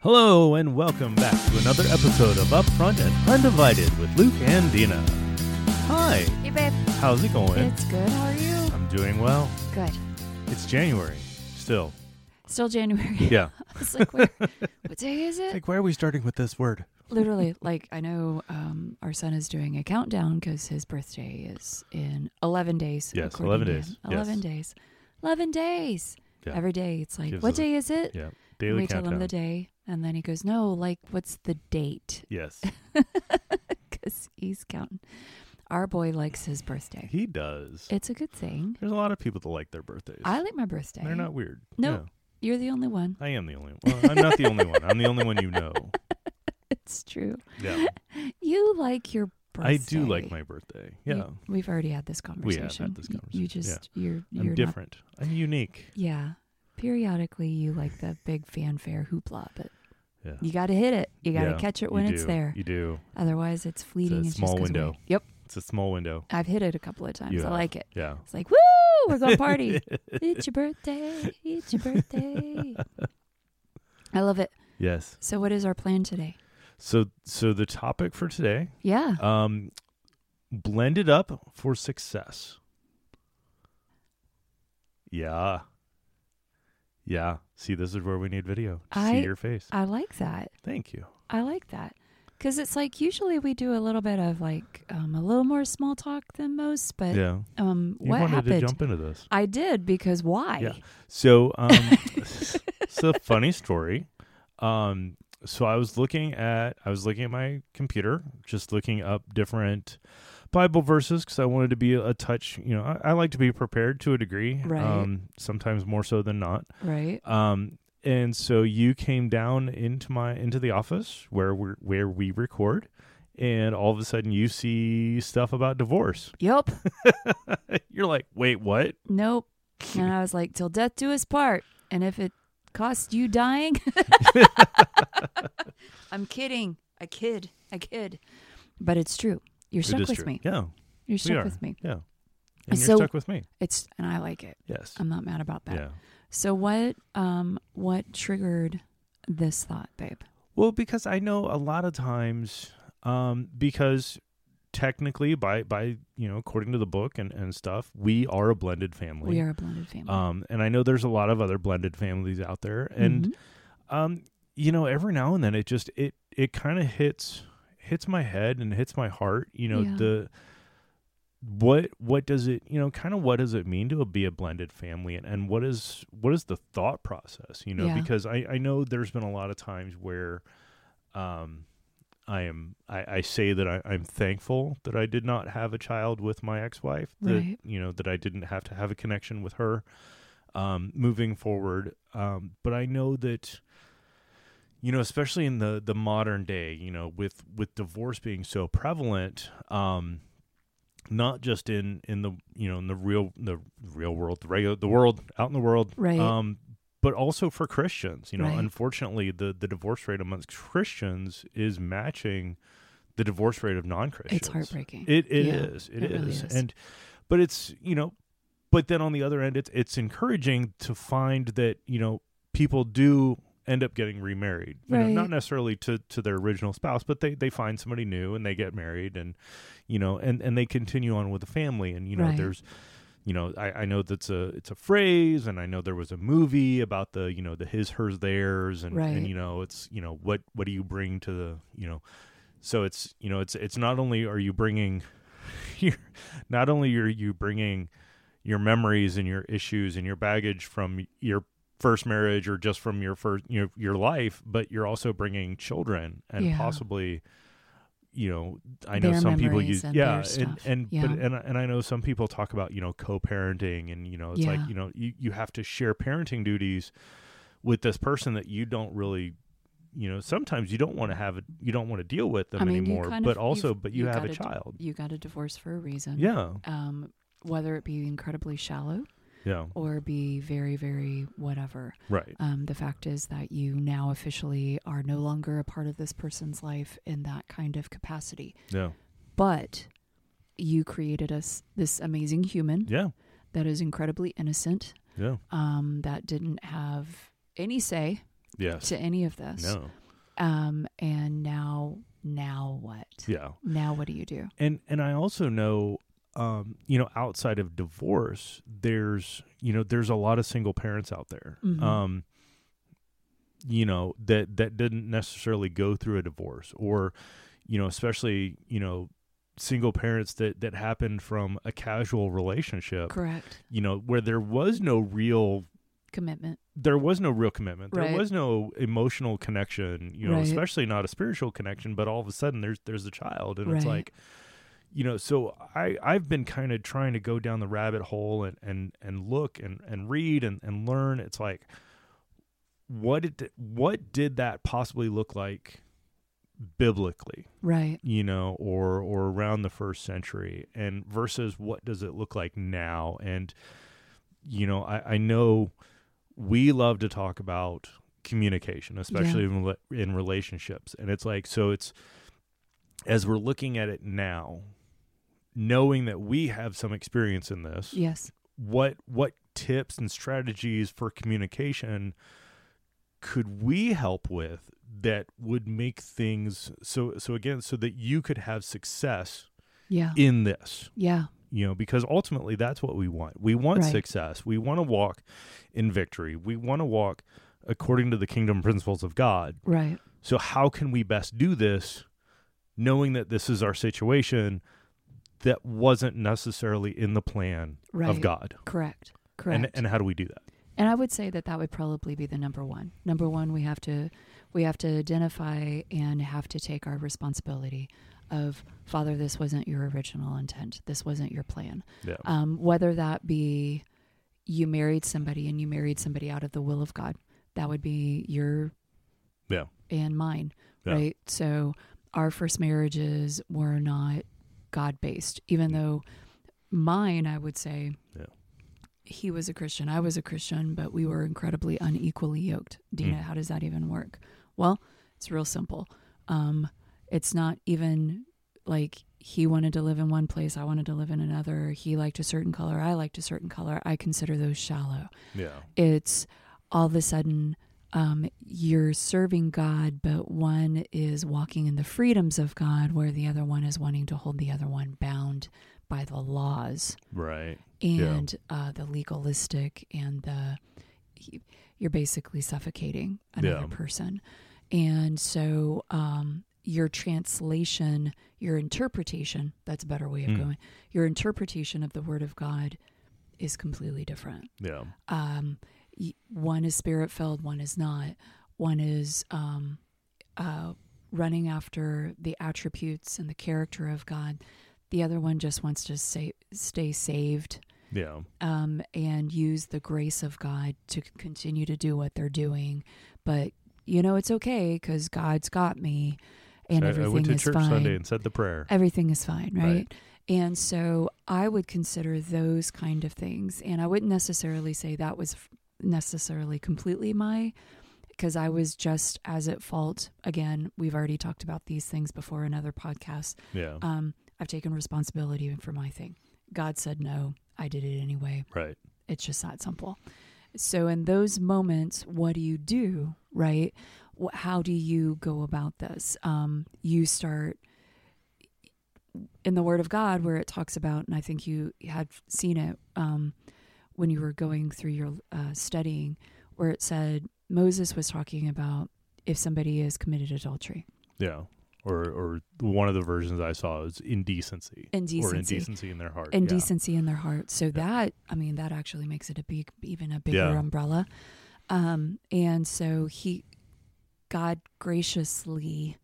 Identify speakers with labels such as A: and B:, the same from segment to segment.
A: Hello, and welcome back to another episode of Upfront and Undivided with Luke and Dina. Hi,
B: Hey, babe.
A: how's it going?
B: It's good. How are you?
A: I'm doing well.
B: Good.
A: It's January, still.
B: Still January.
A: Yeah.
B: I was like, where, what day is it?
A: Like, why are we starting with this word?
B: Literally, like, I know um, our son is doing a countdown because his birthday is in 11 days.
A: Yes,
B: according
A: 11
B: to
A: days.
B: him.
A: Yes.
B: 11 days. 11 days.
A: Yeah.
B: Every day, it's like,
A: Gives
B: what
A: us-
B: day is it?
A: Yeah.
B: And
A: Daily
B: we tell
A: countdown.
B: him the day. And then he goes, no, like, what's the date?
A: Yes,
B: Because he's counting. Our boy likes his birthday.
A: he does.
B: It's a good thing.
A: There's a lot of people that like their birthdays.
B: I like my birthday.
A: They're not weird.
B: No. You're the only one.
A: Yeah. I am the only one. Well, I'm not the only one. I'm the only one you know.
B: It's true.
A: Yeah.
B: You like your birthday.
A: I do like my birthday.
B: You-
A: Yeah.
B: we've already had this
A: had
B: conversation.
A: this
B: Y-
A: conversation,
B: You just you're
A: I'm
B: you're Not,
A: different. I'm unique.
B: yeah. Periodically, you like the big fanfare hoopla, but
A: Yeah.
B: you got to hit it. You got to
A: Yeah,
B: catch it
A: You
B: when it's
A: do.
B: there.
A: You do.
B: Otherwise, it's
A: It's a
B: fleeting. It just
A: small
B: goes away.
A: window.
B: Yep,
A: It's a small window.
B: I've hit it a couple of times.
A: You
B: I
A: have.
B: like it.
A: Yeah.
B: It's like woo, we're going to party. it's your birthday. It's your birthday. I love it.
A: Yes.
B: So, what is our plan today?
A: So so the topic for today,
B: Yeah,
A: um blended up for success. Yeah. Yeah. See, this is where we need video. to
B: I-
A: See your face.
B: I like that.
A: Thank you.
B: I like that because it's like usually we do a little bit of like um, a little more small talk than most, but
A: yeah.
B: um,
A: You
B: what
A: wanted
B: happened?
A: to jump into this.
B: I did because why?
A: Yeah. So um it's a funny story. Um so I was looking at I was looking at my computer, just looking up different Bible verses because I wanted to be a touch, you know, I, I like to be prepared to a degree.
B: Right.
A: Um sometimes more so than not.
B: Right.
A: Um and so you came down into my into the office where we are where we record and all of a sudden you see stuff about divorce.
B: Yep.
A: You're like, "Wait, what?"
B: Nope. and I was like, till death do us part, and if it costs you dying, I'm kidding. I kid. I kid. But it's true. You're
A: It
B: stuck
A: is
B: with
A: true.
B: me.
A: Yeah.
B: You're
A: we
B: stuck
A: are.
B: with me.
A: Yeah. And you're
B: So-
A: stuck with me.
B: It's and I like it.
A: Yes.
B: I'm not mad about that.
A: yeah.
B: So what um what triggered this thought, babe?
A: Well, because I know a lot of times, um, because technically, by by you know, according to the book and and stuff, we are a blended family.
B: We are a blended family.
A: Um, and I know there's a lot of other blended families out there, and
B: Mhm.
A: um, you know, every now and then it just it it kind of hits hits my head and hits my heart. You know
B: Yeah.
A: the what what does it you know kind of what does it mean to be a blended family and, and what is what is the thought process you know
B: Yeah.
A: because I I know there's been a lot of times where um I am I, I say that I, I'm thankful that I did not have a child with my ex-wife that
B: Right.
A: you know that I didn't have to have a connection with her um moving forward um but I know that you know especially in the the modern day you know with with divorce being so prevalent um not just in in the you know in the real the real world the regular the world out in the world
B: Right.
A: um but also for Christians you know
B: Right.
A: unfortunately the the divorce rate amongst Christians is matching the divorce rate of non-Christians
B: it's heartbreaking.
A: it it
B: Yeah,
A: is. it
B: it really
A: is.
B: is.
A: And but it's you know, but then on the other end, it's it's encouraging to find that you know people do end up getting remarried. You know, not
B: Right.
A: necessarily to to their original spouse, but they they find somebody new and they get married and you know and and they continue on with the family and you know
B: Right.
A: there's. You know, I, I know that's a it's a phrase, and I know there was a movie about the you know the his hers theirs, and,
B: Right.
A: and you know it's you know what what do you bring to the you know so it's you know it's it's not only are you bringing your not only are you bringing your memories and your issues and your baggage from your first marriage or just from your first you know, your life but you're also bringing children and
B: Yeah.
A: possibly you know i know
B: Their
A: some people
B: memories
A: use
B: and their
A: yeah and
B: stuff.
A: and
B: Yeah.
A: but and, and i know some people talk about you know co-parenting and you know it's like
B: Yeah.
A: you know you, you have to share parenting duties with this person that you don't really you know sometimes you don't want to have a, you don't want to deal with them
B: I mean, you
A: anymore
B: kind
A: but
B: of-
A: also
B: you've-
A: but you,
B: you
A: have a
B: gotta d-
A: child
B: you got a divorce for a reason.
A: yeah
B: Um, whether it be incredibly shallow
A: yeah
B: or be very, very whatever.
A: right
B: Um, the fact is that you now officially are no longer a part of this person's life in that kind of capacity.
A: yeah
B: But you created us this amazing human
A: yeah
B: that is incredibly innocent,
A: yeah
B: um, that didn't have any say
A: Yes.
B: to any of this.
A: No.
B: Um, and now, now what?
A: Yeah.
B: Now what do you do?
A: and and I also know um you know outside of divorce there's you know there's a lot of single parents out there
B: Mhm.
A: um you know that that didn't necessarily go through a divorce or you know especially you know single parents that that happened from a casual relationship
B: Correct.
A: you know where there was no real
B: Commitment.
A: there was no real commitment. There
B: Right.
A: was no emotional connection, you know,
B: Right.
A: especially not a spiritual connection, but all of a sudden there's there's a child and it's
B: Right.
A: like you know, so I I've been kind of trying to go down the rabbit hole and and and look and and read and and learn. It's like what did what did that possibly look like biblically?
B: Right.
A: you know or or around the first century and versus what does it look like now and you know i, I know we love to talk about communication especially in, rela- in relationships and it's like so it's as we're looking at it now knowing that we have some experience in this
B: Yes.
A: what what tips and strategies for communication could we help with that would make things so so again so that you could have success
B: Yeah.
A: in this
B: yeah.
A: you know because ultimately that's what we want we want
B: Right.
A: success we want to walk in victory we want to walk according to the kingdom principles of god
B: Right.
A: so how can we best do this knowing that this is our situation that wasn't necessarily in the plan
B: Right.
A: of god
B: Correct. Correct.
A: and and how do we do that
B: And I would say that that would probably be the number one. Number one, we have to we have to identify and have to take our responsibility of Father. This wasn't your original intent. This wasn't your plan.
A: Yeah.
B: Um, whether that be you married somebody and you married somebody out of the will of God, that would be your
A: Yeah.
B: and mine,
A: Yeah.
B: right? So our first marriages were not God based, even though mine, I would say,
A: Mm. Yeah.
B: he was a Christian, I was a Christian, but we were incredibly unequally yoked. Dina,
A: Mm.
B: how does that even work? Well, it's real simple. Um, it's not even like he wanted to live in one place, I wanted to live in another. He liked a certain color, I liked a certain color. I consider those shallow
A: Yeah.
B: it's all of a sudden um, you're serving God, but one is walking in the freedoms of God, where the other one is wanting to hold the other one bound by the laws
A: Right. Yeah.
B: and uh, the legalistic and the you're basically suffocating another
A: Yeah.
B: person and so um, your translation your interpretation that's a better way of
A: Mm.
B: going your interpretation of the word of god is completely different
A: Yeah.
B: um, y- one is spirit filled, one is not. One is um, uh, running after the attributes and the character of God. The other one just wants to say, stay saved
A: Yeah.
B: um, and use the grace of God to c- continue to do what they're doing. But you know it's okay because God's got me, and
A: I, I
B: everything
A: went to
B: is
A: church
B: fine Uh,
A: Sunday and said the prayer.
B: everything is fine, right?
A: Right.
B: And so I would consider those kind of things. And I wouldn't necessarily say that was f- necessarily completely my, because I was just as at fault. Again, we've already talked about these things before in other podcasts.
A: yeah.
B: Um, I've taken responsibility for my thing. God said no, I did it anyway.
A: right.
B: It's just that simple. So, in those moments, what do you do, right? Wh- How do you go about this? Um, you start in the Word of God, where it talks about, and I think you had seen it um, when you were going through your uh, studying, where it said Moses was talking about if somebody has committed adultery,
A: Yeah. Or or one of the versions I saw is indecency.
B: indecency,
A: Or indecency in their heart. yeah.
B: indecency in their heart. So that, I mean, that actually makes it a big, even a bigger
A: Yeah.
B: umbrella. Um, and so he, God graciously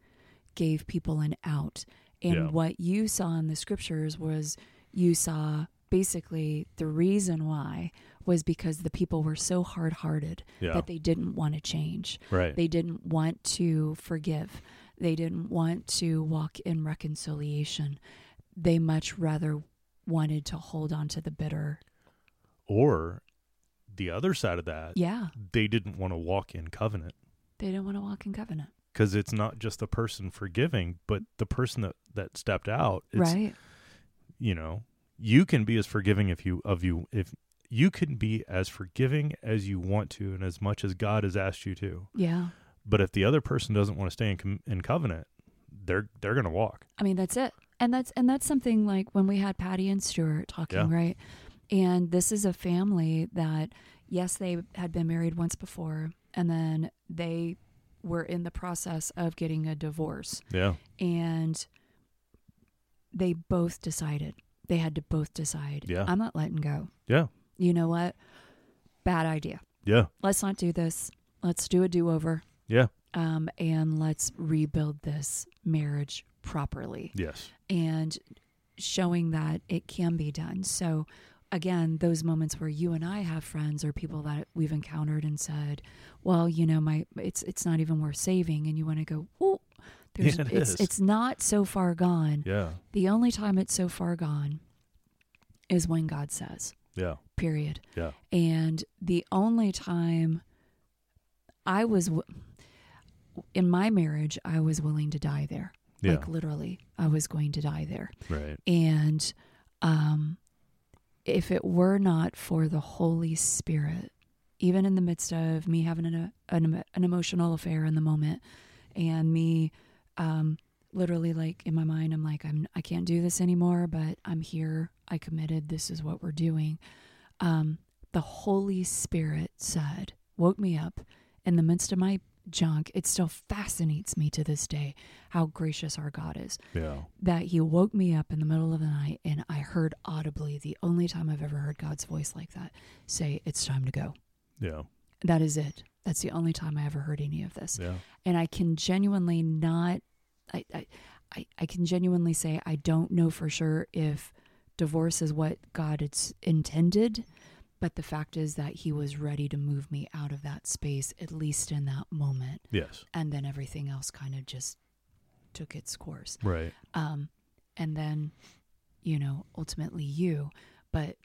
B: gave people an out. And
A: Yeah.
B: what you saw in the scriptures was you saw basically the reason why was because the people were so hard hearted
A: Yeah.
B: that they didn't want to change.
A: right.
B: They didn't want to forgive. They didn't want to walk in reconciliation. They much rather wanted to hold on to the bitter.
A: or the other side of that,
B: Yeah,
A: they didn't want to walk in covenant
B: they didn't want to walk in covenant.
A: because it's not just the person forgiving, but the person that that stepped out. It's,
B: right.
A: You know, you can be as forgiving if you of you if you can be as forgiving as you want to and as much as God has asked you to.
B: Yeah.
A: But if the other person doesn't want to stay in, com- in covenant, they're they're going to walk.
B: I mean, that's it. And that's and that's something like when we had Patty and Stuart talking,
A: Yeah.
B: right? And this is a family that yes, they had been married once before and then they were in the process of getting a divorce
A: Yeah.
B: and they both decided. They had to both decide.
A: Yeah.
B: I'm not letting go.
A: Yeah.
B: You know what? Bad idea.
A: Yeah.
B: Let's not do this. Let's do a do-over.
A: Yeah.
B: Um, and let's rebuild this marriage properly
A: Yes.
B: and showing that it can be done. So, again, those moments where you and I have friends or people that we've encountered and said, "Well, you know, my it's it's not even worth saving," and you want to go, "Oh, there's
A: Yeah, it
B: it's
A: is.
B: it's not so far gone."
A: Yeah.
B: The only time it's so far gone is when God says,
A: Yeah.
B: "Period."
A: Yeah.
B: And the only time I was w- in my marriage, I was willing to die there.
A: Yeah.
B: Like literally, I was going to die there.
A: right.
B: And um, if it were not for the Holy Spirit, even in the midst of me having an, an, an emotional affair in the moment and me um, literally like in my mind, I'm like, I'm, I can't do this anymore, but I'm here. I committed. This is what we're doing. Um, the Holy Spirit said, woke me up in the midst of my junk. It still fascinates me to this day how gracious our God is
A: Yeah.
B: that he woke me up in the middle of the night and I heard audibly the only time I've ever heard God's voice like that say, It's time to go.
A: Yeah.
B: That is it. That's the only time I ever heard any of this.
A: Yeah.
B: And I can genuinely not, I, I, I, I can genuinely say, I don't know for sure if divorce is what God it's intended. But the fact is that he was ready to move me out of that space, at least in that moment.
A: Yes.
B: And then everything else kind of just took its course
A: Right.
B: um, and then you know ultimately you but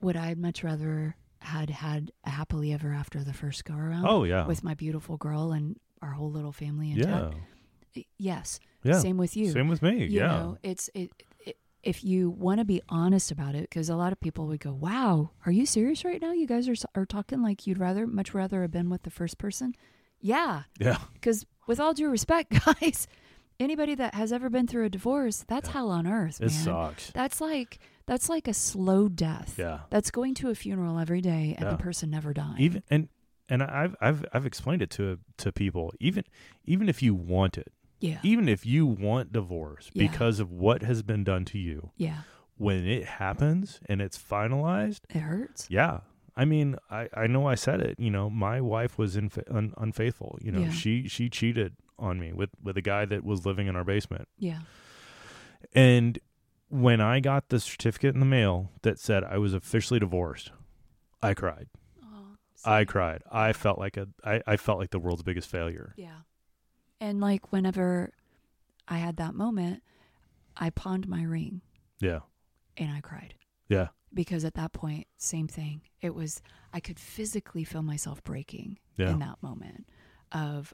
B: would i much rather had had a happily ever after the first go around
A: Oh yeah.
B: with my beautiful girl and our whole little family
A: yeah.
B: intact yes
A: Yeah.
B: same with you
A: Same with me.
B: you
A: yeah.
B: know it's it, it if you want to be honest about it because a lot of people would go wow are you serious right now you guys are, s- are talking like you'd rather much rather have been with the first person yeah
A: Yeah.
B: because, with all due respect, guys, anybody that has ever been through a divorce, that's hell on earth,
A: It
B: man.
A: sucks.
B: That's like that's like a slow death.
A: Yeah.
B: That's going to a funeral every day and
A: Yeah.
B: the person never dying.
A: Even and and I've I've I've explained it to to people. Even even if you want it,
B: yeah,
A: even if you want divorce
B: Yeah.
A: because of what has been done to you,
B: yeah,
A: when it happens and it's finalized,
B: it hurts.
A: yeah. I mean, I, I know I said it. You know, my wife was infa- un, unfaithful. You know,
B: Yeah.
A: she she cheated on me with with a guy that was living in our basement.
B: Yeah,
A: And when I got the certificate in the mail that said I was officially divorced, I cried.
B: oh,
A: I cried. I felt like a I, I felt like the world's biggest failure.
B: yeah. And like whenever I had that moment, I pawned my ring
A: Yeah.
B: and I cried
A: Yeah.
B: because at that point, same thing. It was I could physically feel myself breaking.
A: Yeah.
B: in that moment of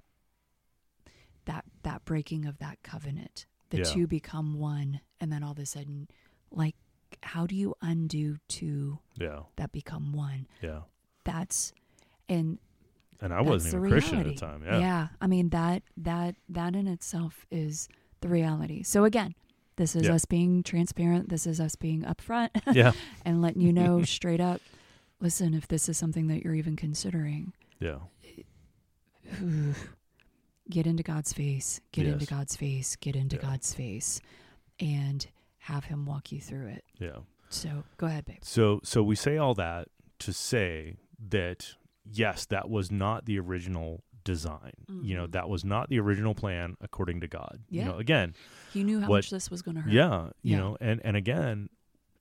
B: that that breaking of that covenant the
A: Yeah.
B: two become one and then all of a sudden like how do you undo two
A: Yeah.
B: that become one
A: Yeah.
B: that's and
A: And I
B: that's
A: wasn't
B: the
A: even Christian at the
B: reality.
A: time. Yeah.
B: i mean that that that in itself is the reality so again this is
A: Yeah.
B: us being transparent this is us being upfront
A: Yeah.
B: and letting you know straight up listen if this is something that you're even considering
A: Yeah.
B: get into God's face, get into
A: Yes.
B: God's face, get into
A: Yeah.
B: God's face, and have Him walk you through it.
A: Yeah.
B: So go ahead, babe.
A: So so we say all that to say that yes, that was not the original design. You know,
B: Mhm.
A: that was not the original plan according to God.
B: Yeah.
A: You know, again,
B: You knew how
A: What-
B: much this was going to hurt.
A: Yeah, you
B: Yeah.
A: know, and and again,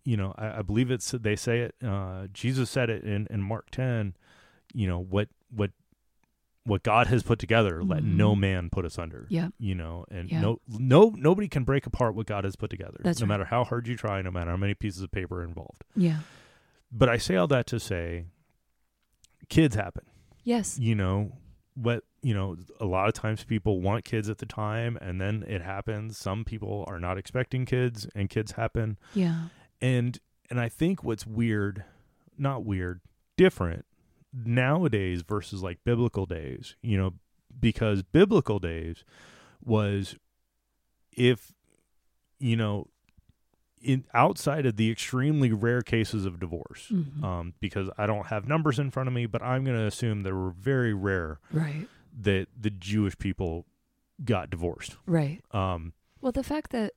A: you know, I, I believe it's they say it. Uh, Jesus said it in in Mark ten. You know what what what God has put together, let
B: Mhm.
A: no man put us under.
B: Yeah.
A: You know, and
B: Yeah.
A: no no nobody can break apart what God has put together.
B: That's
A: no
B: right.
A: matter how hard you try, no matter how many pieces of paper are involved.
B: Yeah.
A: But I say all that to say, kids happen
B: Yes.
A: you know what you know a lot of times people want kids at the time and then it happens some people are not expecting kids and kids happen
B: Yeah.
A: and and i think what's weird not weird, different nowadays versus like biblical days, you know, because biblical days was if you know in outside of the extremely rare cases of divorce
B: Mhm.
A: um because I don't have numbers in front of me but I'm going to assume they were very rare
B: right.
A: that the Jewish people got divorced
B: Right.
A: um
B: Well, the fact that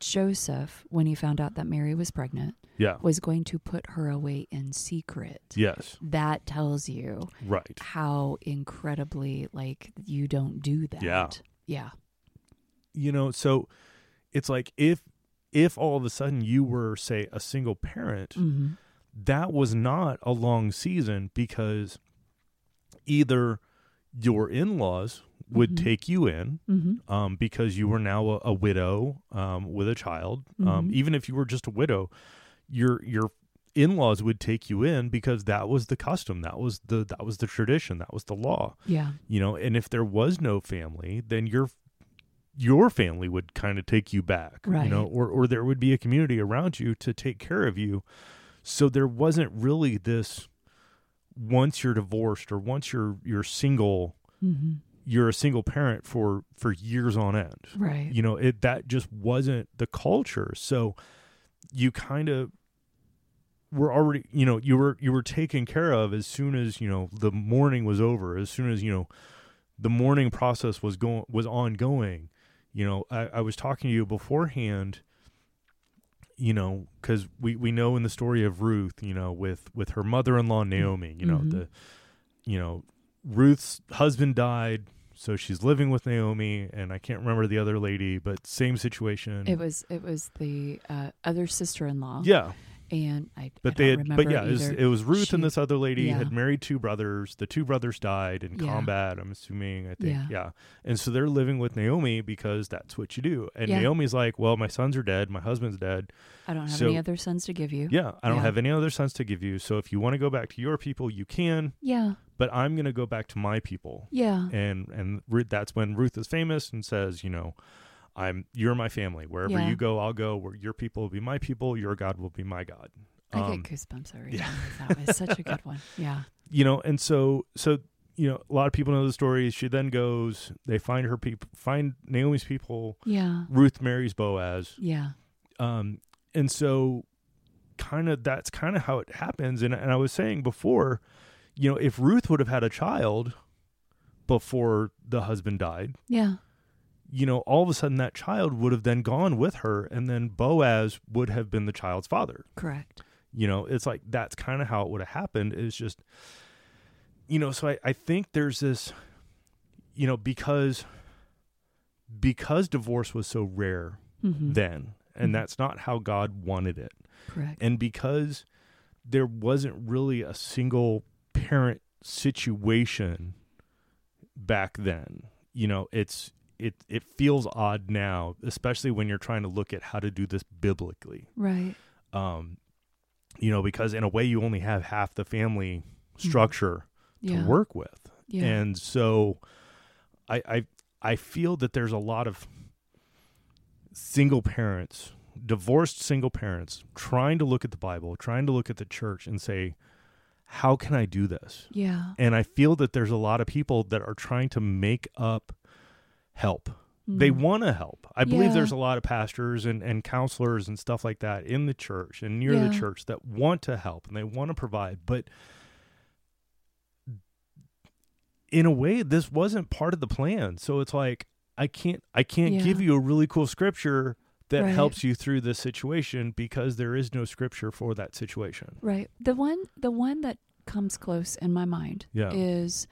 B: Joseph, when he found out that Mary was pregnant,
A: yeah
B: was going to put her away in secret.
A: yes
B: That tells you
A: right
B: how incredibly like you don't do that.
A: Yeah.
B: Yeah.
A: you know so it's like if if all of a sudden you were say a single parent
B: hmm
A: that was not a long season because either your in-laws would
B: Mhm.
A: take you in
B: hmm
A: um, because you were now a, a widow um, with a child um,
B: Mhm.
A: even if you were just a widow your your in-laws would take you in because that was the custom that was the that was the tradition that was the law
B: Yeah.
A: you know and if there was no family then your your family would kind of take you back you
B: Right.
A: know or or there would be a community around you to take care of you so there wasn't really this once you're divorced or once you're you're single
B: hmm
A: you're a single parent for for years on end
B: Right.
A: you know it that just wasn't the culture so you kind of were already you know you were you were taken care of as soon as you know the morning was over as soon as you know the morning process was going was ongoing you know i, I was talking to you beforehand you know because we we know in the story of ruth you know with with her mother-in-law naomi you know
B: Mhm.
A: the you know ruth's husband died so she's living with naomi and i can't remember the other lady but same situation
B: It was it was the uh, other sister in law.
A: Mm-hmm. yeah
B: And I
A: but
B: I
A: they
B: don't
A: had, but
B: remember
A: yeah, it was,
B: either.
A: it was Ruth and
B: She-
A: this other lady
B: yeah.
A: had married two brothers. The two brothers died in
B: Yeah.
A: combat. I'm assuming. I think. Yeah.
B: Yeah.
A: And so they're living with Naomi because that's what you do. And
B: Yeah.
A: Naomi's like, "Well, my sons are dead. My husband's dead.
B: I don't have
A: so-
B: any other sons to give you.
A: Yeah, I don't
B: Yeah.
A: have any other sons to give you. So if you want to go back to your people, you can.
B: Yeah.
A: But I'm going to go back to my people.
B: Yeah.
A: And and Ru- that's when Ruth is famous and says, you know, I'm you're my family. Wherever
B: Yeah.
A: you go, I'll go. Where your people will be my people, your God will be my God.
B: I
A: Um,
B: get goosebumps every
A: yeah.
B: time. That was such a good one. Yeah.
A: you know, and so so you know, a lot of people know the story. She then goes, they find her people, find Naomi's people.
B: Yeah.
A: Ruth marries Boaz,
B: Yeah.
A: um, and so kind of that's kind of how it happens. And and I was saying before, you know, if Ruth would have had a child before the husband died,
B: Yeah.
A: you know, all of a sudden that child would have then gone with her, and then Boaz would have been the child's father.
B: Correct.
A: you know it's like that's kind of how it would have happened it's just you know so I, I think there's this you know because because divorce was so rare
B: hmm
A: then and
B: Mhm.
A: that's not how god wanted it
B: Correct.
A: and because there wasn't really a single parent situation back then you know it's it it feels odd now especially when you're trying to look at how to do this biblically
B: right.
A: um, you know, because in a way you only have half the family structure
B: Yeah.
A: to work with,
B: Yeah.
A: and so I, I I feel that there's a lot of single parents, divorced single parents, trying to look at the Bible, trying to look at the church, and say, how can I do this?
B: yeah.
A: And I feel that there's a lot of people that are trying to make up help they
B: Mm.
A: want to help. I believe
B: Yeah.
A: there's a lot of pastors and, and counselors and stuff like that in the church and near the
B: Yeah.
A: church that want to help and they want to provide. But in a way, this wasn't part of the plan. So it's like I can't I can't
B: Yeah.
A: give you a really cool scripture that
B: Right.
A: helps you through this situation because there is no scripture for that situation.
B: Right. The one the one that comes close in my mind
A: Yeah.
B: is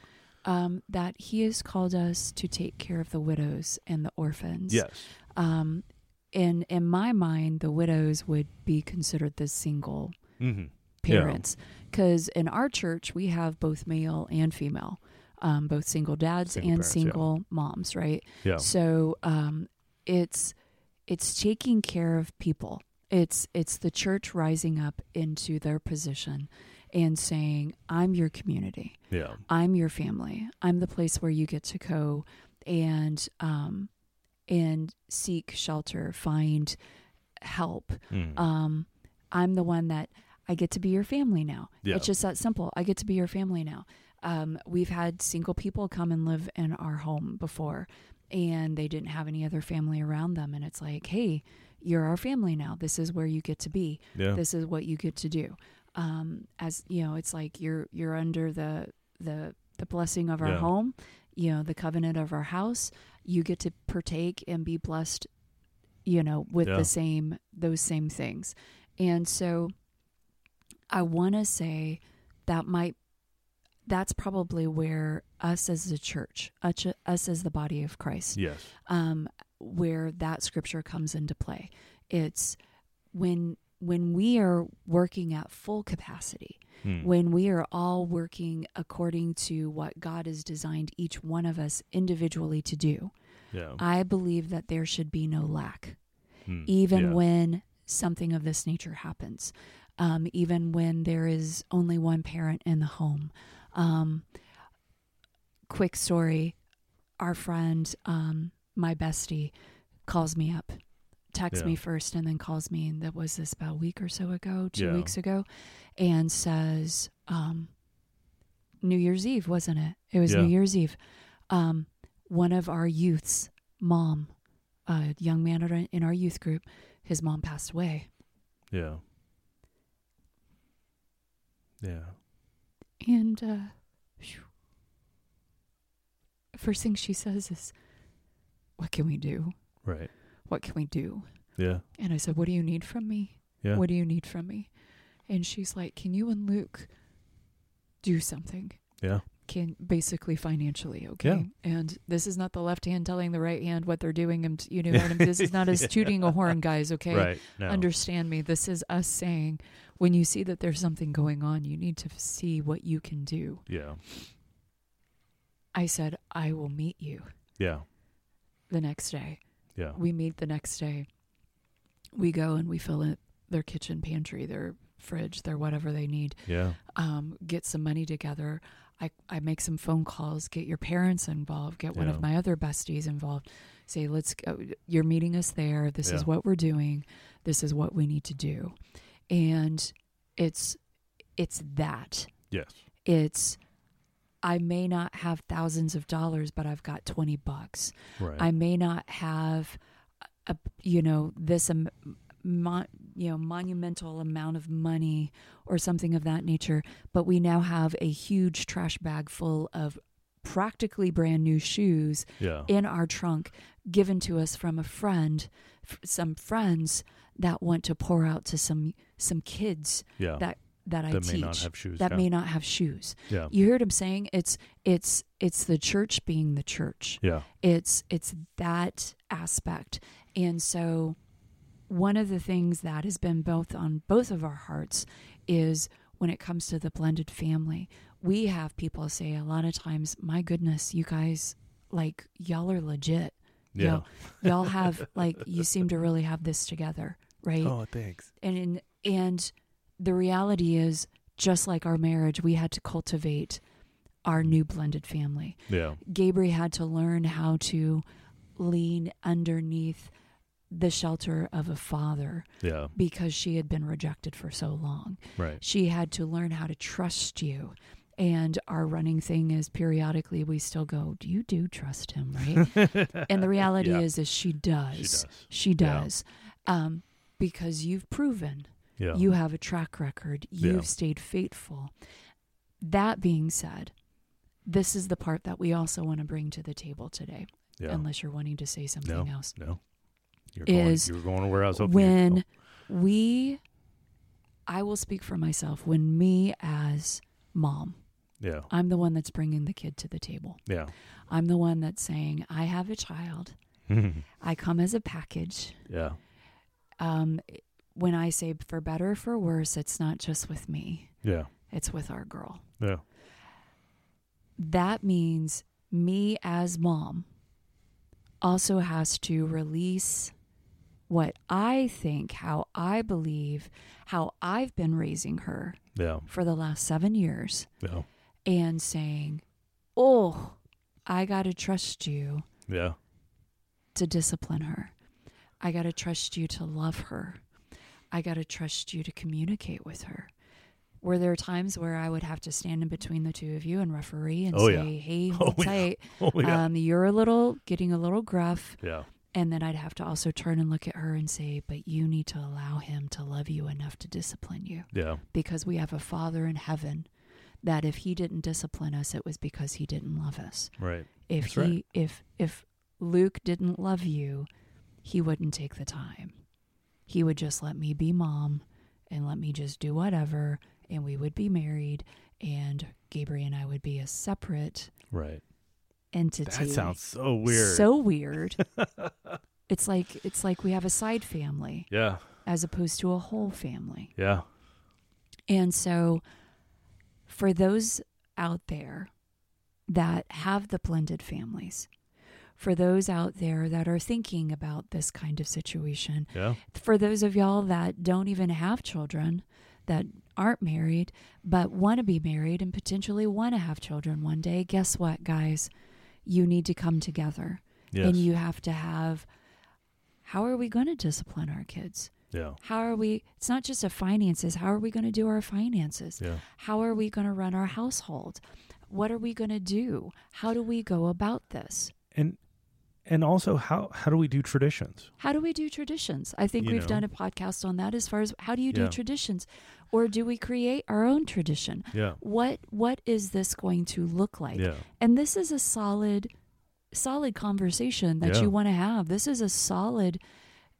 B: um, that he has called us to take care of the widows and the orphans.
A: Yes.
B: Um in in my mind the widows would be considered the single
A: Mm-hmm. Yeah.
B: parents because in our church we have both male and female. Um, both single dads
A: Single
B: and
A: parents, yeah.
B: single moms, right?
A: Yeah.
B: So um, it's it's taking care of people. It's it's the church rising up into their position and saying, "I'm your community.
A: Yeah.
B: I'm your family. I'm the place where you get to go and um, and seek shelter, find help.
A: Mm.
B: Uh, Um, I'm the one that I get to be your family now.
A: Yeah.
B: It's just that simple. I get to be your family now. Um, we've had single people come and live in our home before, and they didn't have any other family around them. And it's like, hey, you're our family now. This is where you get to be.
A: Yeah.
B: This is what you get to do. Um, as you know, it's like you're you're under the the the blessing of our
A: Yeah.
B: home. You know, the covenant of our house. You get to partake and be blessed. You know, with
A: Yeah.
B: the same those same things. And so I want to say that might that's probably where us as a church, us us as the body of Christ,
A: yes.
B: um, where that scripture comes into play. It's when when we are working at full capacity,
A: Hmm.
B: when we are all working according to what God has designed each one of us individually to do.
A: Yeah.
B: I believe that there should be no lack
A: Hmm.
B: even
A: Yeah.
B: when something of this nature happens, um, even when there is only one parent in the home. Um, quick story our friend, um, my bestie, calls me up, texts
A: Yeah.
B: me first, and then calls me. And that was this about a week or so ago, two
A: Yeah.
B: weeks ago, and says, um, New Year's Eve, wasn't it? It was
A: Yeah.
B: New Year's Eve. Um, one of our youth's mom, a young man in our- in our youth group, his mom passed away.
A: Yeah. Yeah.
B: And uh, phew. first thing she says is, What can we do?
A: Right.
B: What can we do?
A: Yeah.
B: And I said, What do you need from me?
A: Yeah.
B: What do you need from me? And she's like, Can you and Luke do something?
A: Yeah.
B: Can basically financially, okay? And this is not the left hand telling the right hand what they're doing, and you know, what I'm- this is not us
A: Yeah.
B: tooting a horn, guys, okay?
A: Right. No.
B: Understand me. This is us saying when you see that there's something going on, you need to see what you can do.
A: yeah.
B: I said, I will meet you
A: Yeah.
B: the next day.
A: Yeah.
B: We meet the next day. We go and we fill in their kitchen pantry, their fridge, their whatever they need,
A: Yeah.
B: um, get some money together. I, I make some phone calls, get your parents involved, get one
A: Yeah.
B: of my other besties involved. Say, let's go. You're meeting us there. This is
A: Yeah.
B: what we're doing. This is what we need to do. And it's it's that.
A: Yes.
B: It's I may not have thousands of dollars, but I've got 20 bucks.
A: Right.
B: I may not have a you know this um, mon- you know monumental amount of money or something of that nature, but we now have a huge trash bag full of practically brand new shoes
A: yeah.
B: in our trunk given to us from a friend f- some friends that want to pour out to some some kids
A: yeah.
B: that that I
A: That
B: teach
A: may not have shoes.
B: that
A: yeah.
B: may not have shoes.
A: yeah.
B: You heard him saying it's it's it's the church being the church
A: Yeah.
B: it's it's that aspect and so one of the things that has been both on both of our hearts is when it comes to the blended family we have people say a lot of times my goodness you guys like y'all are legit
A: Yeah.
B: y'all, y'all have like you seem to really have this together right
A: Oh, thanks.
B: and in, and the reality is just like our marriage we had to cultivate our new blended family
A: Yeah.
B: Gabriel had to learn how to lean underneath the shelter of a father
A: Yeah.
B: because she had been rejected for so long.
A: Right.
B: She had to learn how to trust you. And our running thing is periodically we still go, Do you do trust him, right? and the reality
A: Yeah.
B: is is she does.
A: She does.
B: She
A: Yeah.
B: does. Um, because you've proven
A: Yeah.
B: you have a track record.
A: Yeah.
B: You've stayed faithful. That being said, this is the part that we also want to bring to the table today,
A: yeah.
B: unless you're wanting to say something else.
A: no. You're
B: is
A: going, you're going where I was hoping
B: when
A: you'd
B: we, I will speak for myself, when me as mom,
A: go.
B: I'm the one that's bringing the kid to the table.
A: Yeah.
B: I'm the one that's saying, I have a child.
A: Yeah.
B: I come as a package.
A: yeah.
B: Um, when I say for better or for worse, it's not just with me,
A: Yeah.
B: it's with our girl.
A: Yeah.
B: that means me as mom also has to release what I think, how I believe, how I've been raising her
A: Yeah.
B: for the last seven years
A: Yeah.
B: and saying, Oh, I got to trust you
A: Yeah.
B: to discipline her. I got to trust you to love her. I got to trust you to communicate with her. Were there times where I would have to stand in between the two of you and referee and
A: Oh,
B: say,
A: yeah.
B: "Hey,
A: Oh,
B: hold
A: yeah.
B: tight.
A: Oh yeah,
B: Um, you're a little getting a little gruff,"
A: yeah,
B: and then I'd have to also turn and look at her and say, "But you need to allow him to love you enough to discipline you,
A: yeah,
B: because we have a Father in heaven that if he didn't discipline us, it was because he didn't love us.
A: right, That's
B: If he,
A: right.
B: if if Luke didn't love you, he wouldn't take the time. He would just let me be mom and let me just do whatever, and we would be married, and Gabriel and I would be a separate
A: right.
B: entity.
A: That sounds so weird.
B: So weird. it's like it's like we have a side family
A: yeah,
B: as opposed to a whole family.
A: yeah,
B: And so, for those out there that have the blended families, for those out there that are thinking about this kind of situation,
A: yeah,
B: for those of y'all that don't even have children, that aren't married, but want to be married and potentially want to have children one day, guess what, guys? You need to come together
A: yes,
B: and you have to have how are we going to discipline our kids?
A: yeah,
B: How are we? It's not just a finances. How are we going to do our finances?
A: yeah,
B: How are we going to run our household? What are we going to do? How do we go about this?
A: and and also how how do we do traditions?
B: How do we do traditions? I think
A: You
B: we've
A: know.
B: done a podcast on that as far as how do you do
A: Yeah.
B: traditions or do we create our own tradition?
A: Yeah,
B: What what is this going to look like?
A: yeah,
B: And this is a solid solid conversation that
A: Yeah.
B: you want to have. This is a solid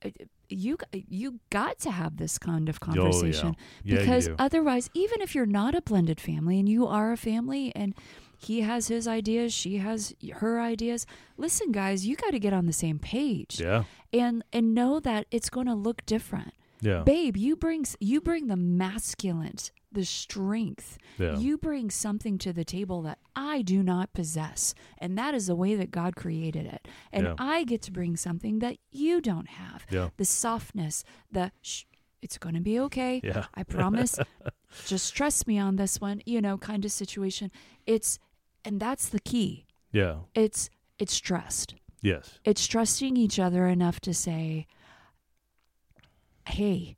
B: uh, you you got to have this kind of
A: Oh, yeah.
B: conversation
A: Yeah, you
B: because
A: do.
B: otherwise even if you're not a blended family and you are a family and he has his ideas she has her ideas listen guys you got to get on the same page
A: yeah,
B: and and know that it's going to look different
A: yeah,
B: babe you brings you bring the masculine the strength
A: yeah,
B: you bring something to the table that I do not possess. And that is the way that God created it. And
A: Yeah.
B: I get to bring something that you don't have
A: yeah,
B: the softness, the shh, it's going to be okay.
A: yeah,
B: I promise. Just trust me on this one, you know, kind of situation. It's, and that's the key.
A: yeah,
B: It's, it's trust.
A: yes,
B: It's trusting each other enough to say, hey,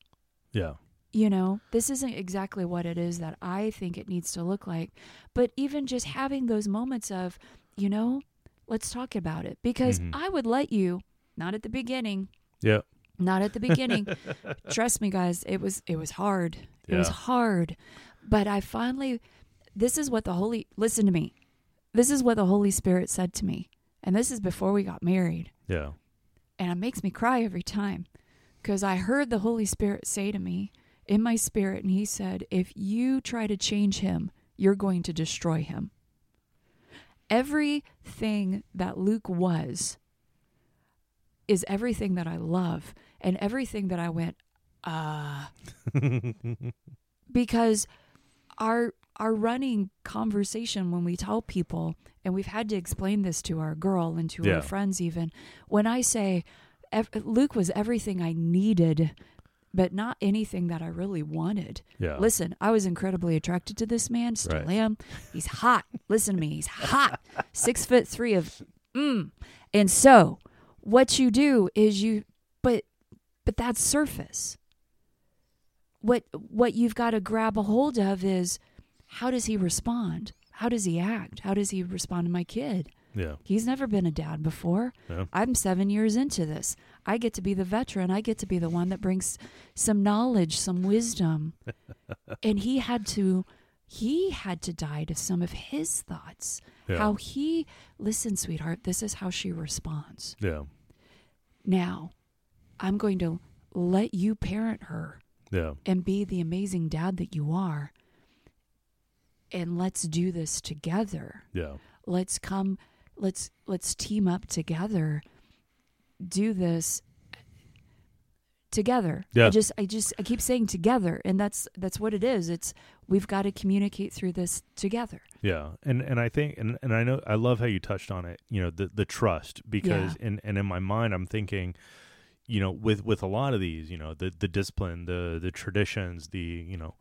A: yeah,
B: you know, this isn't exactly what it is that I think it needs to look like. But even just having those moments of, you know, let's talk about it because
A: Mhm.
B: I would let you, not at the beginning,
A: yeah,
B: not at the beginning. Trust me, guys, it was it was hard. It was
A: Yeah.
B: hard. But I finally this is what the Holy listen to me. This is what the Holy Spirit said to me. And this is before we got married
A: yeah,
B: and it makes me cry every time because I heard the Holy Spirit say to me in my spirit, and He said, If you try to change him, you're going to destroy him. Everything that Luke was is everything that I love, and everything that I went, ah because our our running conversation when we tell people and we've had to explain this to our girl and to
A: Yeah.
B: our friends even when i say ev- luke was everything i needed but not anything that i really wanted
A: yeah.
B: listen i was incredibly attracted to this man still
A: Right.
B: am he's hot listen to me he's hot six foot three of mm. and so what you do is you but but that's surface what what you've got to grab a hold of is how does he respond how does he act how does he respond to my kid
A: Yeah,
B: he's never been a dad before
A: yeah,
B: i'm seven years into this i get to be the veteran i get to be the one that brings some knowledge some wisdom and he had to he had to die to some of his thoughts
A: Yeah.
B: how he listen sweetheart this is how she responds
A: yeah,
B: now i'm going to let you parent her
A: yeah,
B: and be the amazing dad that you are. And let's do this together.
A: yeah,
B: Let's come let's let's team up together. Do this together.
A: Yeah.
B: I just I just I keep saying together and that's that's what it is. It's we've got to communicate through this together.
A: yeah. And and I think and, and I know I love how you touched on it. You know the the trust because and and in my mind I'm thinking, you know, with with a lot of these, you know, the the discipline, the the traditions, the you know,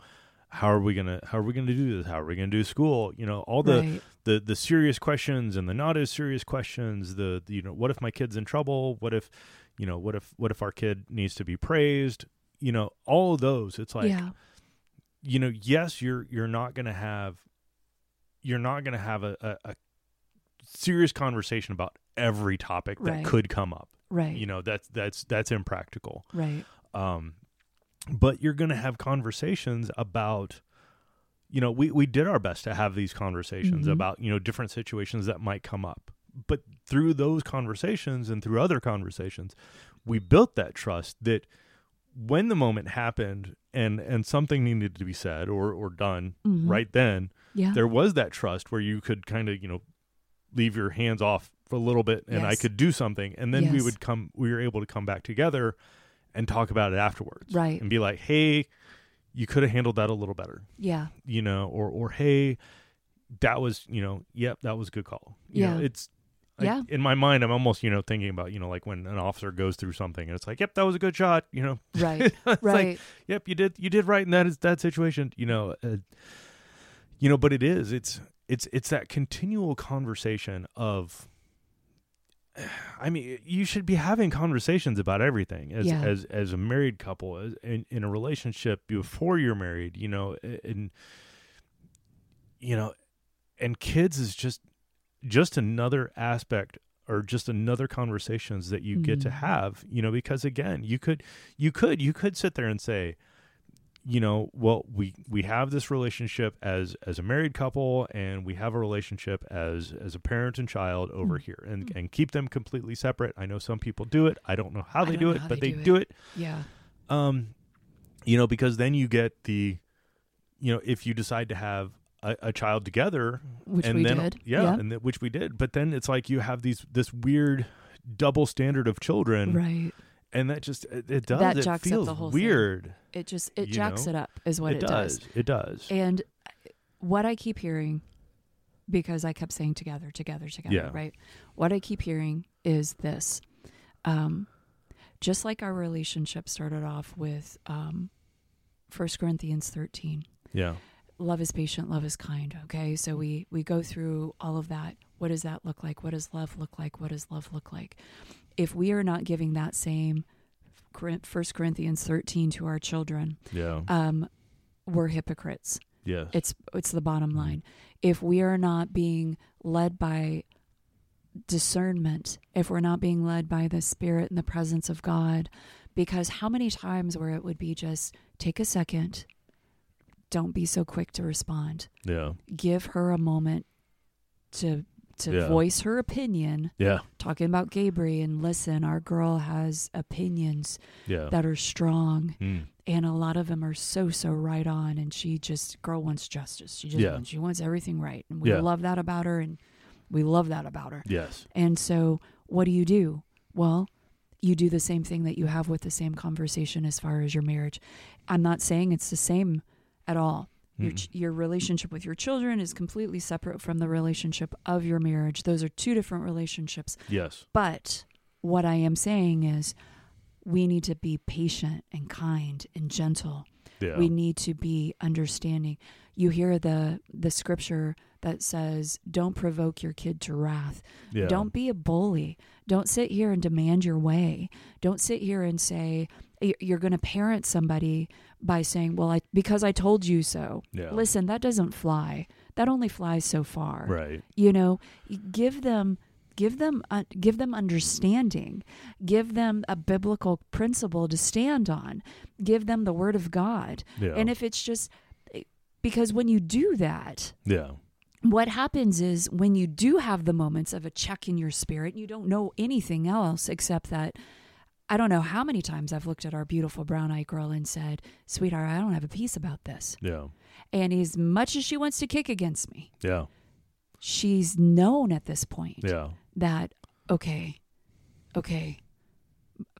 A: how are we gonna how are we gonna do this? How are we gonna do school? You know, all the
B: right.
A: the the serious questions and the not as serious questions the, the, you know what if my kid's in trouble what if you know what if what if our kid needs to be praised you know, all of those. It's like
B: yeah.
A: you know, yes, you're you're not gonna have you're not gonna have a, a, a serious conversation about every topic that
B: Right.
A: could come up.
B: Right.
A: You know, that's that's that's impractical.
B: right.
A: Um, but you're going to have conversations about, you know, we, we did our best to have these conversations
B: Mhm.
A: about, you know, different situations that might come up. But through those conversations and through other conversations, we built that trust that when the moment happened and, and something needed to be said or, or done
B: Mhm.
A: right then,
B: Yeah.
A: there was that trust where you could kind of, you know, leave your hands off for a little bit and I
B: Yes.
A: could do something. And then we
B: Yes.
A: would come, we were able to come back together and talk about it afterwards.
B: Right.
A: And be like, hey, you could have handled that a little better,
B: Yeah.
A: you know, or, or hey, that was, you know, yep, that was a good call. You know,
B: Yeah.
A: it's, I-
B: Yeah.
A: in my mind, I'm almost, you know, thinking about, you know, like when an officer goes through something and it's like, yep, that was a good shot, you know,
B: Right.
A: It's like,
B: right.
A: yep you did you did right in that is that situation you know uh, you know but it is it's it's it's that continual conversation of i mean you should be having conversations about everything as
B: Yeah.
A: as as a married couple as in, in a relationship before you're married you know and you know and kids is just just another aspect or just another conversations that you get to
B: Mhm.
A: have you know because again you could you could you could sit there and say you know well we we have this relationship as as a married couple and we have a relationship as as a parent and child over
B: Mm.
A: here and and keep them completely separate i know some people do it i don't know how
B: I
A: they
B: don't
A: do
B: know
A: it
B: how
A: but
B: they
A: they
B: do it.
A: do it
B: Yeah.
A: um you know because then you get the you know if you decide to have a, a child together
B: Which
A: and
B: we
A: then
B: did.
A: yeah, and that which we did but then it's like you have these this weird double standard of children
B: Right.
A: and that just it, it does
B: That
A: it
B: jacks up
A: feels
B: the whole thing.
A: weird
B: It just it
A: You
B: jacks
A: know?
B: it up is what it, does.
A: it does
B: And what I keep hearing, because I kept saying together, together, together,
A: Yeah.
B: right? What I keep hearing is this. Um, just like our relationship started off with um, 1 Corinthians 13,
A: yeah
B: love is patient, love is kind. Okay. So we, we go through all of that. What does that look like? What does love look like? What does love look like? If we are not giving that same Corin- 1 Corinthians 13 to our children,
A: yeah
B: um, we're hypocrites.
A: yeah
B: It's it's the bottom
A: Mm-hmm.
B: line. If we are not being led by discernment, if we're not being led by the spirit and the presence of God, because how many times where it would be just take a second, don't be so quick to respond.
A: yeah
B: Give her a moment to to
A: Yeah.
B: voice her opinion.
A: yeah
B: Talking about Gabriel and listen, our girl has opinions
A: yeah
B: that are strong
A: Mm.
B: and a lot of them are so so right on and she just girl wants justice she just
A: Yeah.
B: wants she wants everything right and we
A: Yeah.
B: love that about her and we love that about her
A: yes
B: and so what do you do well you do the same thing that you have with the same conversation as far as your marriage i'm not saying it's the same at all
A: Hmm.
B: your,
A: Mm-hmm.
B: ch- your relationship with your children is completely separate from the relationship of your marriage those are two different relationships
A: yes
B: but what I am saying is we need to be patient and kind and gentle.
A: yeah
B: We need to be understanding. You hear the the scripture that says, "Don't provoke your kid to wrath."
A: yeah
B: Don't be a bully. Don't sit here and demand your way. Don't sit here and say y- you're going to parent somebody by saying, "Well, I because I told you so."
A: Yeah.
B: Listen, that doesn't fly. That only flies so far
A: right
B: you know give them give them uh, give them understanding give them a biblical principle to stand on give them the word of god
A: Yeah.
B: and if it's just eh, because when you do that
A: yeah
B: what happens is when you do have the moments of a check in your spirit you don't know anything else except that i don't know how many times i've looked at our beautiful brown eyed girl and said sweetheart i don't have a piece about this
A: yeah
B: and as much as she wants to kick against me
A: yeah
B: she's known at this point
A: yeah
B: that okay okay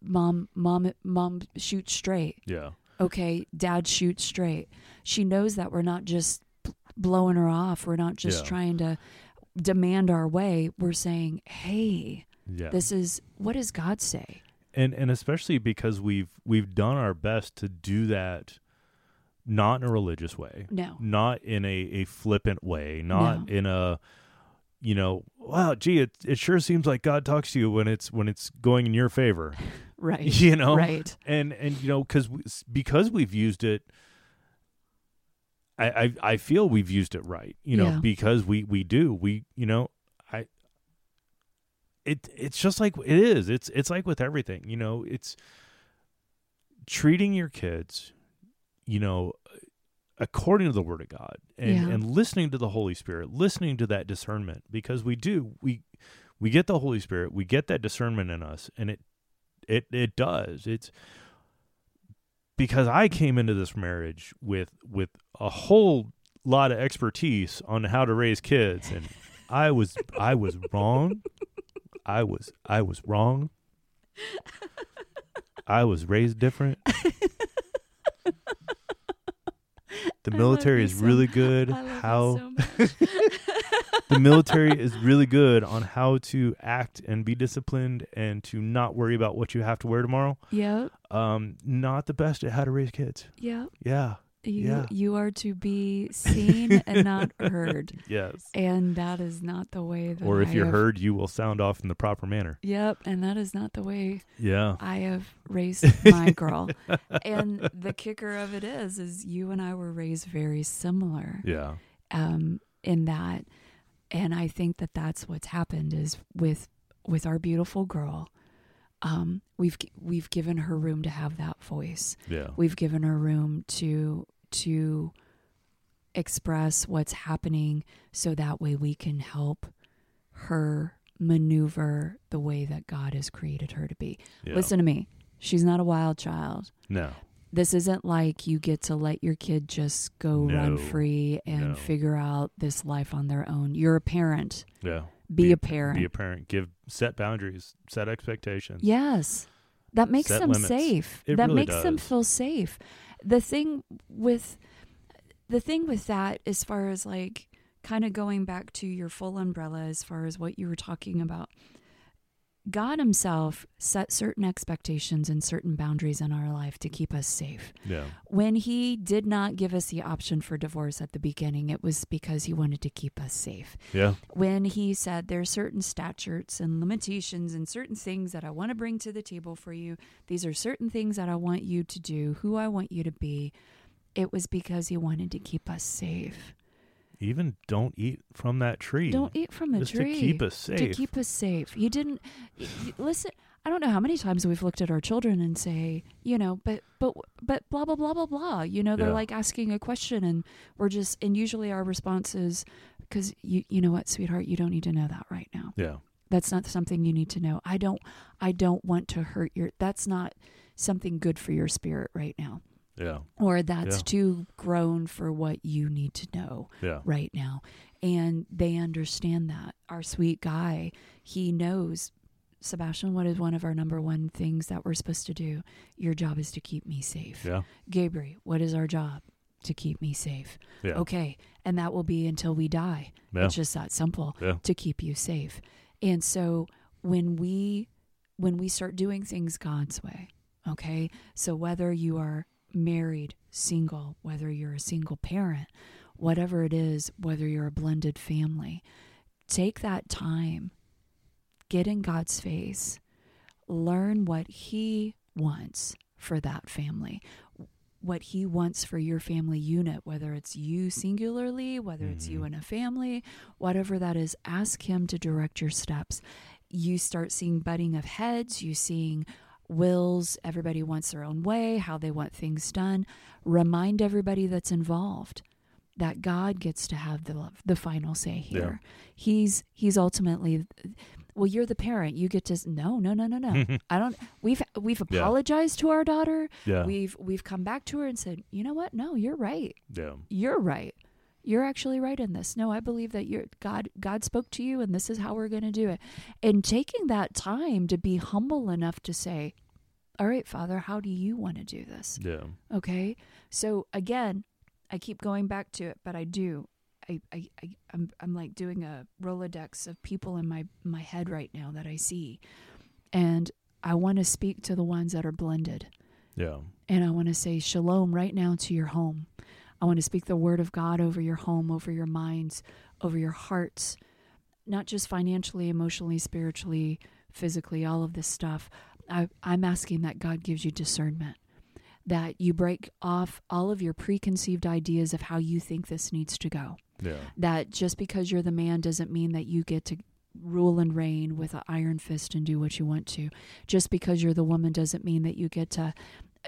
B: mom mom mom shoot straight
A: yeah
B: okay dad shoot straight she knows that we're not just b- blowing her off we're not just
A: Yeah.
B: trying to demand our way we're saying hey
A: yeah
B: this is what does god say
A: and and especially because we've we've done our best to do that not in a religious way
B: no
A: not in a, a flippant way, not
B: No.
A: in a you know, wow, gee, it it sure seems like God talks to you when it's when it's going in your favor.
B: right
A: you know
B: right
A: and and you know because we, s- because we've used it I, I i feel we've used it right you know
B: Yeah.
A: because we we do we you know i it it's just like it is it's it's like with everything you know it's treating your kids you know according to the word of god and
B: Yeah.
A: and listening to the holy spirit listening to that discernment because we do we we get the holy spirit we get that discernment in us and it it it does it's because i came into this marriage with with a whole lot of expertise on how to raise kids and i was i was wrong i was i was wrong i was raised different the
B: I love
A: military
B: you
A: is
B: so-
A: really good
B: I love you
A: how
B: so much.
A: the military is really good on how to act and be disciplined and to not worry about what you have to wear tomorrow.
B: yep
A: Um, not the best at how to raise kids.
B: yep
A: Yeah.
B: you
A: Yeah.
B: you are to be seen and not heard
A: Yes.
B: and that is not the way that
A: Or if
B: I
A: you're
B: have-
A: heard, you will sound off in the proper manner.
B: yep and that is not the way
A: Yeah.
B: I have raised my girl. and the kicker of it is is you and I were raised very similar
A: Yeah.
B: um in that and I think that that's what's happened is with with our beautiful girl um we've g- we've given her room to have that voice.
A: Yeah.
B: We've given her room to to express what's happening so that way we can help her maneuver the way that God has created her to be.
A: yeah.
B: Listen to me. She's not a wild child.
A: No.
B: This isn't like you get to let your kid just go
A: No.
B: run free and
A: No.
B: figure out this life on their own. You're a parent.
A: Yeah.
B: Be,
A: Be-
B: a parent.
A: Be a parent. Give set boundaries. Set expectations.
B: yes. That makes
A: Set
B: them
A: limits.
B: safe.
A: It
B: that
A: really
B: makes them
A: does.
B: feel safe. The thing with the thing with that as far as like kind of going back to your full umbrella as far as what you were talking about God himself set certain expectations and certain boundaries in our life to keep us safe.
A: Yeah.
B: when he did not give us the option for divorce at the beginning, it was because he wanted to keep us safe.
A: Yeah.
B: When he said there are certain statutes and limitations and certain things that I want to bring to the table for you, these are certain things that I want you to do, who I want you to be, it was because he wanted to keep us safe.
A: Even don't eat from that tree.
B: Don't eat from a
A: Just
B: tree
A: to keep us safe.
B: to keep us safe. He didn't y- y- listen. I don't know how many times we've looked at our children and say, you know, but but but blah blah blah blah blah. You know, they're
A: Yeah.
B: like asking a question, and we're just and usually our response is because you you know what, sweetheart, you don't need to know that right now.
A: yeah.
B: That's not something you need to know. I don't I don't want to hurt your. That's not something good for your spirit right now,
A: Yeah.
B: or that's
A: Yeah.
B: too grown for what you need to know
A: Yeah.
B: right now. And they understand that. Our sweet guy, he knows, Sebastian, what is one of our number one things that we're supposed to do? Your job is to keep me safe.
A: Yeah.
B: Gabriel, what is our job? To keep me safe.
A: Yeah.
B: Okay. And that will be until we die.
A: Yeah.
B: It's just that simple
A: Yeah.
B: to keep you safe. And so when we when we start doing things God's way, okay? So whether you are married, single, whether you're a single parent, whatever it is, whether you're a blended family, take that time. Get in God's face. Learn what he wants for that family. What he wants for your family unit, whether it's you singularly, whether it's you
A: Mhm.
B: in a family, whatever that is, ask him to direct your steps. You start seeing butting of heads, you seeing wills, everybody wants their own way, how they want things done. Remind everybody that's involved that God gets to have the the final say here. He's he's ultimately well you're the parent, you get to s- no, no, no, no, no. I don't we've we've
A: Yeah.
B: apologized to our daughter.
A: Yeah.
B: We've we've come back to her and said, "You know what? No, you're right
A: yeah.
B: you're right you're actually right in this no i believe that you're god god spoke to you and this is how we're going to do it and taking that time to be humble enough to say all right father how do you want to do this
A: Yeah.
B: okay so again i keep going back to it but i do I, I, I, I'm, I'm like doing a Rolodex of people in my, my head right now that I see. And I want to speak to the ones that are blended.
A: Yeah.
B: And I want to say shalom right now to your home. I want to speak the word of God over your home, over your minds, over your hearts, not just financially, emotionally, spiritually, physically, all of this stuff, I, I'm asking that God gives you discernment, that you break off all of your preconceived ideas of how you think this needs to go.
A: Yeah.
B: That just because you're the man doesn't mean that you get to rule and reign with an iron fist and do what you want to. Just because you're the woman doesn't mean that you get to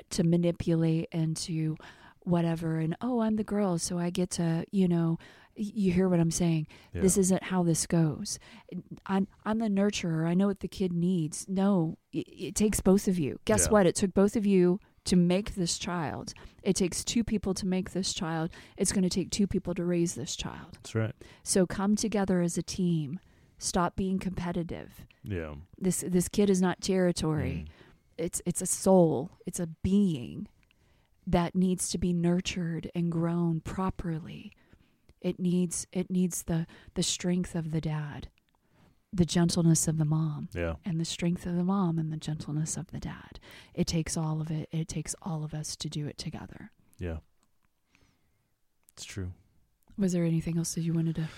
B: to manipulate and to whatever and oh i'm the girl so i get to you know y- you hear what i'm saying
A: yeah.
B: this isn't how this goes i'm i'm the nurturer i know what the kid needs no it, it takes both of you guess
A: Yeah.
B: what it took both of you to make this child it takes two people to make this child it's going to take two people to raise this child
A: That's right.
B: so come together as a team stop being competitive
A: Yeah.
B: this this kid is not territory
A: Mm.
B: it's it's a soul it's a being that needs to be nurtured and grown properly it needs it needs the the strength of the dad the gentleness of the mom
A: Yeah.
B: and the strength of the mom and the gentleness of the dad it takes all of it it takes all of us to do it together
A: Yeah. It's true.
B: was there anything else that you wanted to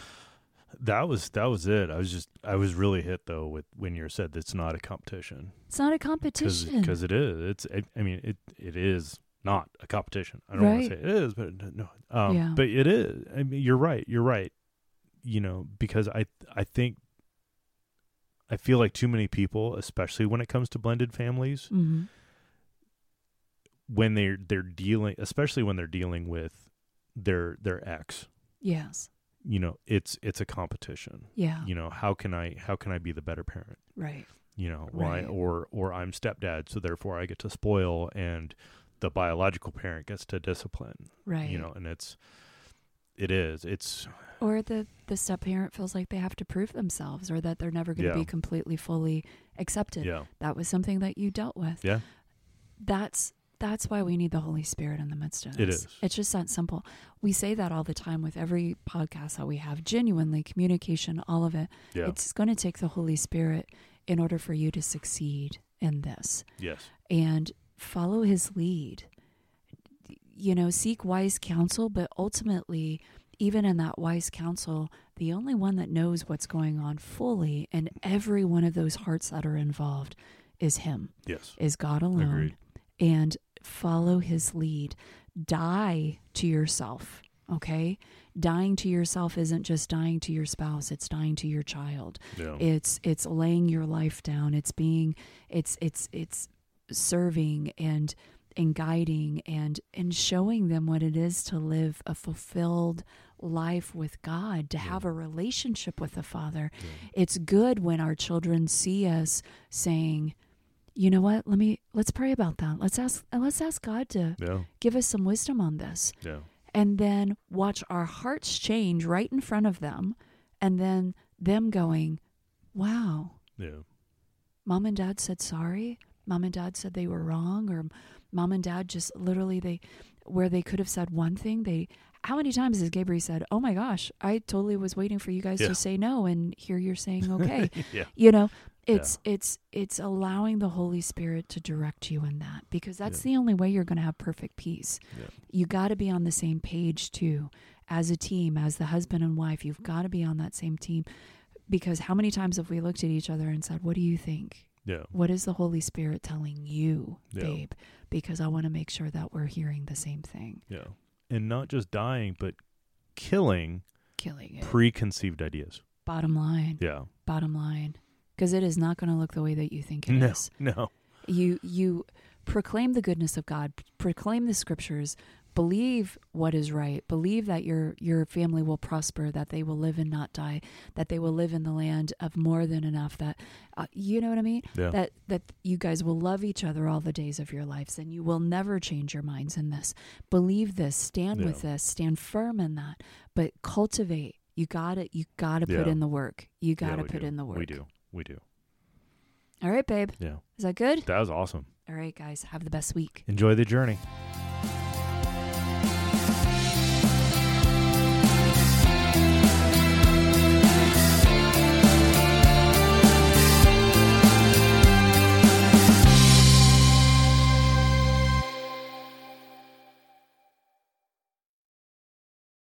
A: That was that was it. I was just I was really hit though with when you said that's not a competition
B: it's not a
A: because
B: competition
A: because it is. It's I, I mean it it is not a competition. I don't want
B: Right.
A: to say it is, but it- no. Um,
B: Yeah.
A: But it is. I mean, you're right. You're right. You know because I I think I feel like too many people, especially when it comes to blended families,
B: hmm
A: when they're they're dealing, especially when they're dealing with their their ex,
B: yes
A: you know, it's it's a competition.
B: yeah
A: you know how can i how can i be the better parent
B: right
A: you know why
B: Right.
A: or or i'm stepdad so therefore i get to spoil and the biological parent gets to discipline
B: right
A: you know and it's it is it's
B: or the the step parent feels like they have to prove themselves or that they're never going to
A: Yeah.
B: be completely fully accepted
A: yeah
B: that was something that you dealt with
A: Yeah.
B: that's that's why we need the holy spirit in the midst of
A: It
B: this
A: is.
B: it's just that simple we say that all the time with every podcast that we have genuinely communication all of it
A: yeah
B: it's going to take the holy spirit in order for you to succeed in this
A: yes
B: and follow his lead. You know, seek wise counsel, but ultimately, even in that wise counsel, the only one that knows what's going on fully in every one of those hearts that are involved is him,
A: yes
B: is God alone.
A: Agreed.
B: And follow his lead. Die to yourself, okay? Dying to yourself isn't just dying to your spouse, it's dying to your child
A: yeah
B: it's it's laying your life down it's being it's it's it's serving and and guiding and and showing them what it is to live a fulfilled life with God to have a relationship with the father it's good when our children see us saying you know what let me let's pray about that let's ask let's ask God to
A: yeah
B: give us some wisdom on this
A: yeah
B: and then watch our hearts change right in front of them and then them going wow
A: yeah
B: mom and dad said sorry mom and dad said they were wrong or mom and dad just literally they where they could have said one thing they how many times has gabriel said oh my gosh i totally was waiting for you guys
A: Yeah.
B: to say no and here you're saying okay
A: yeah
B: you know it's it's it's allowing the holy spirit to direct you in that because that's the only way you're going to have perfect peace
A: Yeah.
B: you got to be on the same page too as a team as the husband and wife you've got to be on that same team because how many times have we looked at each other and said what do you think
A: yeah
B: what is the holy spirit telling you
A: Yeah.
B: babe because i want to make sure that we're hearing the same thing
A: yeah and not just dying but killing
B: killing it
A: preconceived ideas
B: bottom line
A: yeah
B: bottom line because it is not going to look the way that you think it is.
A: no no
B: you you proclaim the goodness of God, proclaim the scriptures, believe what is right, believe that your your family will prosper, that they will live and not die, that they will live in the land of more than enough, that uh, you know what I mean?
A: yeah
B: That that you guys will love each other all the days of your lives and you will never change your minds in this. Believe this, stand
A: Yeah.
B: with this, stand firm in that, but cultivate you got to You got to put
A: Yeah.
B: in the work. You
A: Yeah,
B: got to
A: we
B: put
A: do.
B: in the work.
A: we do we do
B: All right, babe.
A: yeah
B: Is that good?
A: that was awesome
B: All right, guys. Have the best week.
A: enjoy the journey